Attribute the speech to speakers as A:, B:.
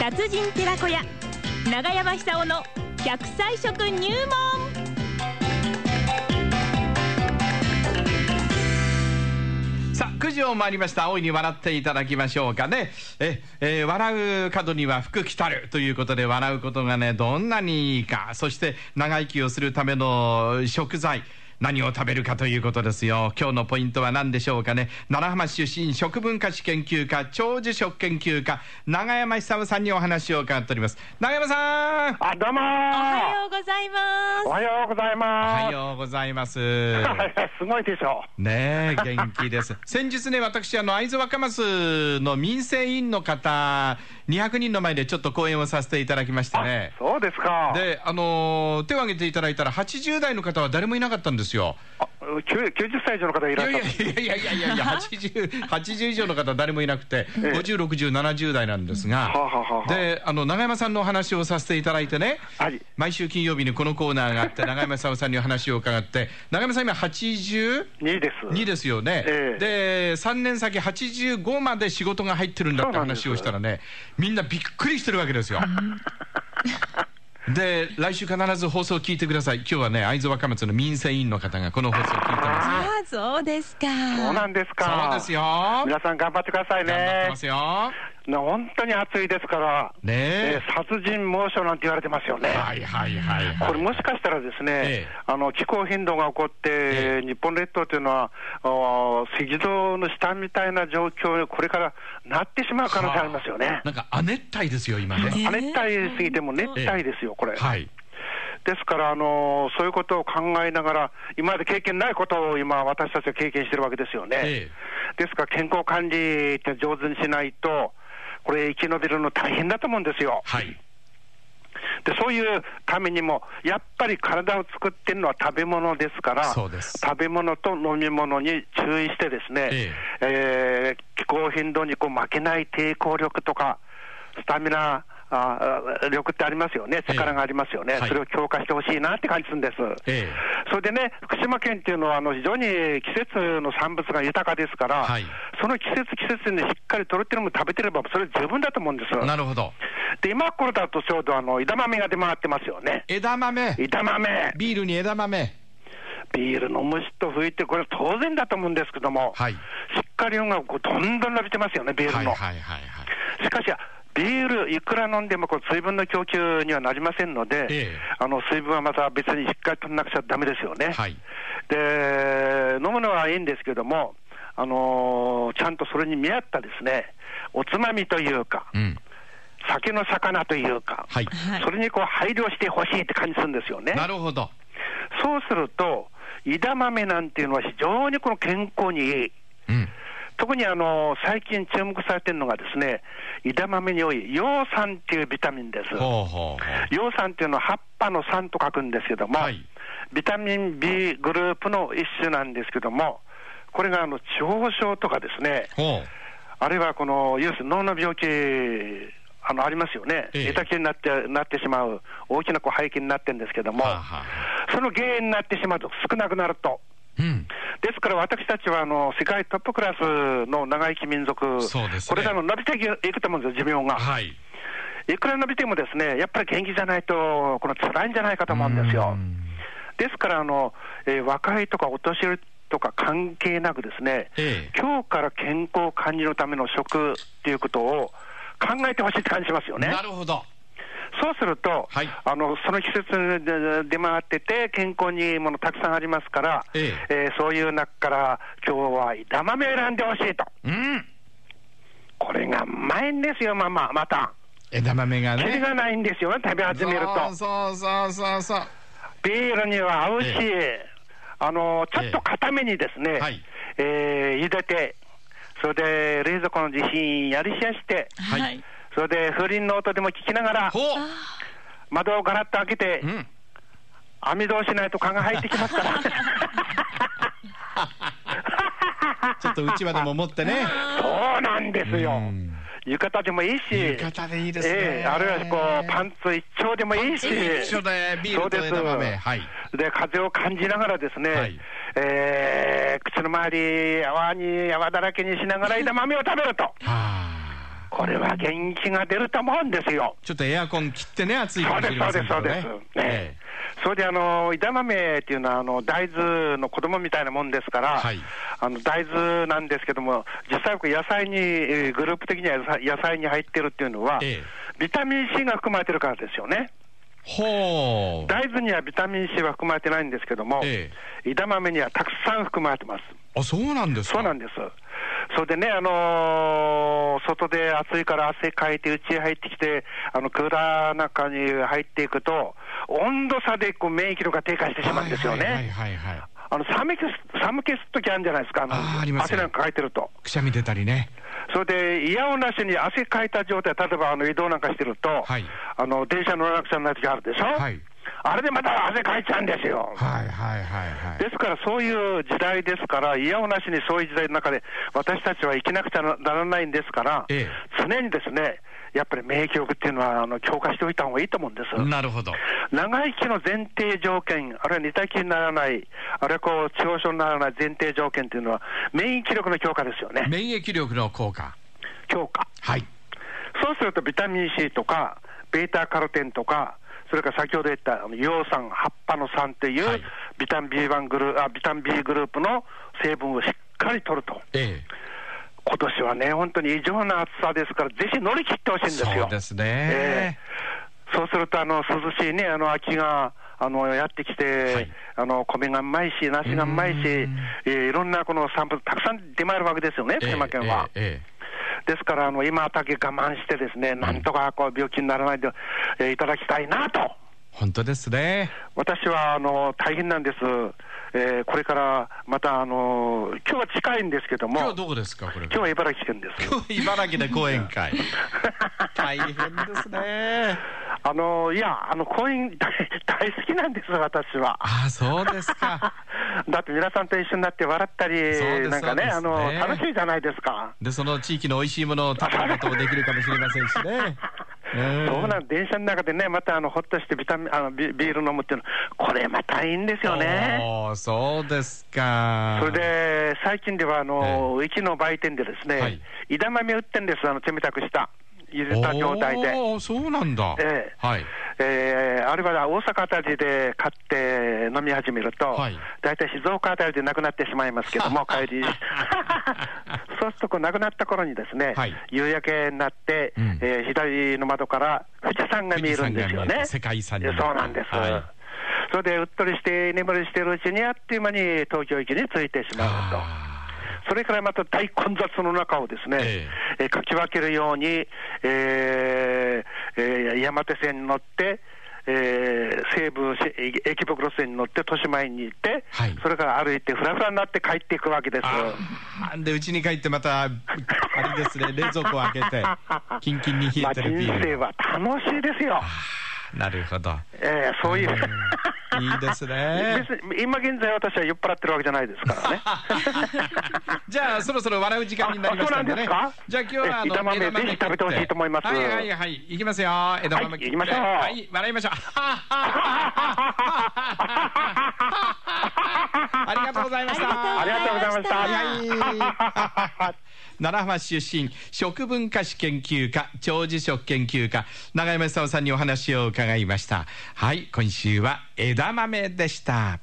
A: 達人寺子屋長山久夫の100歳食入門
B: さあ、9時を回りました。大いに笑っていただきましょうかね。え、えー笑う角には福来たるということで、笑うことがね、どんなにいいか。そして、長生きをするための食材。何を食べるかということですよ。今日のポイントは何でしょうかね。奈良浜市出身食文化史研究家、長寿食研究家、長山久夫さんにお話を伺っております。長山さん
C: あ、どうも
A: おは
C: ー
A: ようございます
C: おはようござい
B: おは
C: ます。
B: ようございます。
C: すごいでしょ
B: ねえ、元気です。 先日ね、私、あの、会津若松の民生委員の方、200人の前でちょっと講演をさせていただきまして
C: あ、
B: ね。
C: そうですか。
B: で、あのー手を挙げていただいたら、80代の方は誰もいなかったんですよ。
C: あきゅう90歳以上の方い
B: い
C: らっ
B: や
C: し
B: い
C: ゃ
B: や
C: る。
B: いやいやいやいや、80、80以上の方は誰もいなくて、
C: え
B: 50、60、70代なんです
C: はあ
B: が、
C: はあはあ
B: で、あの、長山さんのお話をさせていただいてね、
C: はい
B: 毎週金曜日にこのコーナーがあって、長山さんさんにお話を伺って、長山さん今 80?
C: 2です。
B: 2ですよね、
C: ええ
B: で3年先、85まで仕事が入ってるんだって
C: そうなんです
B: 話をしたらね、みんなびっくりしてるわけ ですよ。で来週必ず放送を聞いてください、今日はね、会津若松の民生委員の方がこの放送を聞いてます。
A: ああそうですか
C: そうなんですか。
B: そうですよ、頑張
C: 皆さん頑張ってください
B: って
C: ね
B: ま。すよ。
C: ね本当に暑いですから、
B: ねえ
C: えー殺人猛暑なんて言われてますよね。
B: はいはいはいはい。
C: これもしかしたらですね、
B: ええ
C: あの気候変動が起こって、
B: え
C: 日本列島というのは、あー赤道の下みたいな状況にこれからなってしまう可能性ありますよね。
B: なんか亜熱帯ですよ、今
A: ね
B: ね。
C: 亜熱帯すぎても熱帯ですよ、これ。
B: はい。
C: ですから、あのそういうことを考えながら、今まで経験ないことを今、私たちは経験してるわけですよね。
B: え
C: ですから、健康管理って上手にしないと、これ、生き延びるの大変だと思うんですよ。
B: はい。
C: でそういうためにも、やっぱり体を作ってるのは食べ物ですから、
B: そうです
C: 食べ物と飲み物に注意して、ですね、
B: え
C: えー気候変動にこう負けない抵抗力とか、スタミナあー力ってありますよね、
B: ええ
C: 力がありますよね、
B: はい
C: それを強化してほしいなって感じするんです。
B: ええ
C: それでね、福島県っていうのは、あの非常に季節の産物が豊かですから、
B: はい
C: その季節季節にしっかりとれてるもの食べてれば、それ十分だと思うんです。
B: なるほど。
C: で、今頃だとちょうどあの枝豆が出回ってますよね。
B: 枝豆。
C: 枝豆、
B: ビールに枝豆。
C: ビールのむしっと吹いて、これは当然だと思うんですけども、
B: はい
C: しっかり音楽をどんどん伸びてますよね、ビール
B: はい
C: の。
B: はいはいはい。
C: しかし、ビール、いくら飲んでもこう水分の供給にはなりませんので、
B: ええ
C: あの水分はまた別にしっかり取らなくちゃだめですよね。
B: はい
C: で、飲むのはいいんですけども、あのーちゃんとそれに見合ったですね、おつまみというか、
B: うん。
C: 酒の魚というか、
B: はい。
A: はい
C: それにこう配慮してほしいって感じするんですよね。
B: なるほど。
C: そうすると、枝豆なんていうのは非常にこの健康にいい。
B: うん。
C: 特にあの最近注目されてるのがですね、枝豆に多い葉酸っていうビタミンです。
B: ほうほ
C: 葉酸っていうのは葉っぱの酸と書くんですけども、
B: はい
C: ビタミン B グループの一種なんですけども、これがあの地方症とかですね、
B: うほう。ほう。
C: あるいはこの、要するに脳の病気、あのありますよね、
B: ええ
C: 寝たきりになってなってしまう、大きなこう背景になってるんですけども、
B: はあはあ
C: その原因になってしまうと、少なくなると。
B: うん。
C: ですから私たちはあの世界トップクラスの長生き民族、
B: そうですね
C: これからも伸びていくと思うんですよ、寿命が。
B: はい。
C: いくら伸びても、ですねやっぱり元気じゃないと、この辛いんじゃないかと思うんですよ。ですからあの、えー若いとかお年寄りとか関係なく、ですね、
B: ええ
C: 今日から健康管理のための食っていうことを考えてほしいって感じしますよね。
B: なるほど。
C: そうすると、
B: はい
C: あのその季節で出回ってて、健康にいいものたくさんありますから、
B: ええ
C: ーそういう中から、今日は枝豆選んでほしいと、
B: うん。
C: これがうまいんですよ、まあまあ、また、
B: 枝豆が
C: キリ
B: ね。
C: がないんですよね、食べ始めると。
B: そうそうそうそう。
C: ビールには合うし、あのちょっと固めにですね、え
B: えはい
C: ー茹でて、それで冷蔵庫の地震やりしやして、
B: はい
A: はい
C: それで風鈴の音でも聞きながら
B: ほ、
C: 窓をガラッと開けて
B: う。う、ん。
C: 網戸をしないと蚊が入ってきます から。
B: ちょっとうちわでも持ってね。
C: そうなんですよ
B: うん。
C: 浴衣でもいいし、
B: 浴衣でいいですね
C: ええあるいはこうパンツ一丁でもいいし、
B: 一緒でビールと枝
C: そう
B: 豆。
C: です
B: はい。
C: で風を感じながらですね、
B: はい
C: ええ口の周り泡に泡だらけにしながら枝豆を食べると。
B: はあ。
C: ここれは元気が出ると思うんですよ。
B: ちょっとエアコン切ってね、暑いか
C: そう
B: もし
C: です、
B: れ
C: そ
B: ませんけど
C: うです、そうです
B: ね。。
C: ええ
B: え
C: それであの枝豆っていうのはあの大豆の子供みたいなもんですから、
B: はい
C: あの大豆なんですけども、実際、野菜に、えーグループ的には野菜野菜に入ってるっていうのは、
B: ええ
C: ビタミン C が含まれてるからですよね。
B: えほう。
C: 大豆にはビタミン C は含まれてないんですけども、
B: え
C: 枝豆にはたくさん含まれてます。
B: あ、そうなんですか。
C: そうなんです。それでね、あのー外で暑いから汗かいて、家へ入ってきて、あのクーラーの中に入っていくと、温度差でこう免疫力が低下してしまうんですよね。
B: はいはいはいはいはい。
C: あの寒気す寒気すっときあるんじゃないですか、の
B: あーあります
C: 汗
B: ね
C: なんかかいてると、
B: くしゃみ出たりね。
C: それで嫌をなしに汗かいた状態、例えばあの移動なんかしてると、
B: はい
C: あの電車乗らなくちゃならない時あるでしょ、
B: はい
C: あれでまた汗かいちゃうんですよ。
B: はいはいはいはい。
C: ですから、そういう時代ですから、嫌をなしにそういう時代の中で、私たちは生きなくちゃならないんですから、
B: ええ
C: 常にですね、やっぱり免疫力っていうのはあの強化しておいた方がいいと思うんです。
B: なるほど。
C: 長生きの前提条件、あるいは似た気にならない、あるいはこう、中央症にならない前提条件というのは、免疫力の強化ですよね、
B: 免疫力の効果。
C: 強化。
B: はい。
C: そうするとビタミン C とか、ベータカロテンとか、それから先ほど言ったあの葉酸、葉っぱの酸とい
B: は
C: う
B: い
C: ビタミン B1 グルーあビタミン B グループの成分をしっかり取ると、
B: え
C: 今年はね、本当に異常な暑さですから、ぜひ乗り切ってほしいん
B: え。
C: ですよ。
B: そうです
C: え
B: ね。
C: えそうするとあの涼しいね、あの秋があのやってきて、
B: はい
C: あの米がうまいし、梨がうまいし、えーいろんなこの産物、たくさん出回るわけですよね、
B: ええ
C: 富山県は。
B: ええ
C: ですから、あの今だけ我慢して、ですねなんとかこう病気にならないで、えーいただきたいなと、
B: 本当ですね。
C: 私はあの大変なんです、えーこれからまた、あの今日は近いんですけども、
B: 今日はどこですか、これ。
C: 今日は茨城県です。
B: 今日茨城で講演 会。大変ですね。
C: あのいや、あの婚姻 大、大好きなんです、私は。
B: ああ、そうですか。
C: だって皆さんと一緒になって笑った
B: そうで
C: り、
B: す
C: なんかね、
B: そう
C: あ
B: です
C: の
B: ね
C: 楽しいじゃないですか。
B: で、その地域の美味しいものを食べることもできるかもしれませんしね。うん
C: そうなん電車の中でね、またあのほっとしてビタミンあのビビール飲むっていうの、これまたいいんですよね。
B: おーそうですか。
C: それで最近ではあの、うちの売店でですね、
B: はい
C: 枝豆売ってんです、あの冷たくした、ゆでた状態で。
B: おーそうなんだ。
C: ええ
B: はい。
C: えーあれは大阪あたりで買って飲み始めると、
B: はい
C: 大体静岡あたりでなくなってしまいますけ ども、帰り、そうするとこうなくなった頃にですね、
B: はい
C: 夕焼けになって、
B: うん
C: えー左の窓から富士山が見えるんです
B: 富士山が
C: よ
B: 見え
C: ね。
B: る世界遺産に
C: えそうなんです、
B: はい
C: それでうっとりして、居眠りしてるうちに、あっという間に東京駅に着いてしまうと。
B: あ
C: それからまた大混雑の中をですね、
B: え
C: えーかき分けるように、えーえー山手線に乗って、えー西武し駅袋線に乗って、豊島園に行って、
B: はい
C: それから歩いて、ふらふらになって帰っていくわけです。
B: ーあーで、うちに帰ってまた、あれです ね、冷蔵庫を開けて、キンキンに冷
C: ま
B: え
C: あ、
B: て
C: 人
B: るビー
C: 生
B: ル。
C: は楽しいですよ、
B: なるほ ど。
C: えーそうい
B: い
C: う、
B: いですね。
C: 別に今現在、私は酔っ払ってるわけじゃないですからね。
B: じゃあそろそろ笑う時間になりましたんでね。
C: あ
B: じゃあ今日はあの
C: 枝豆ぜひ食べてほしいと思います
B: はいはいはい。いきますよ。枝豆
C: はい行きましょう
B: はい笑い ましょう。 ありがとうございました。
A: あ
C: ありがとうございました。
B: はい奈良浜市出身食文化史研究家長寿食研究家永山久夫さんにお話を伺いましたはい今週は枝豆でした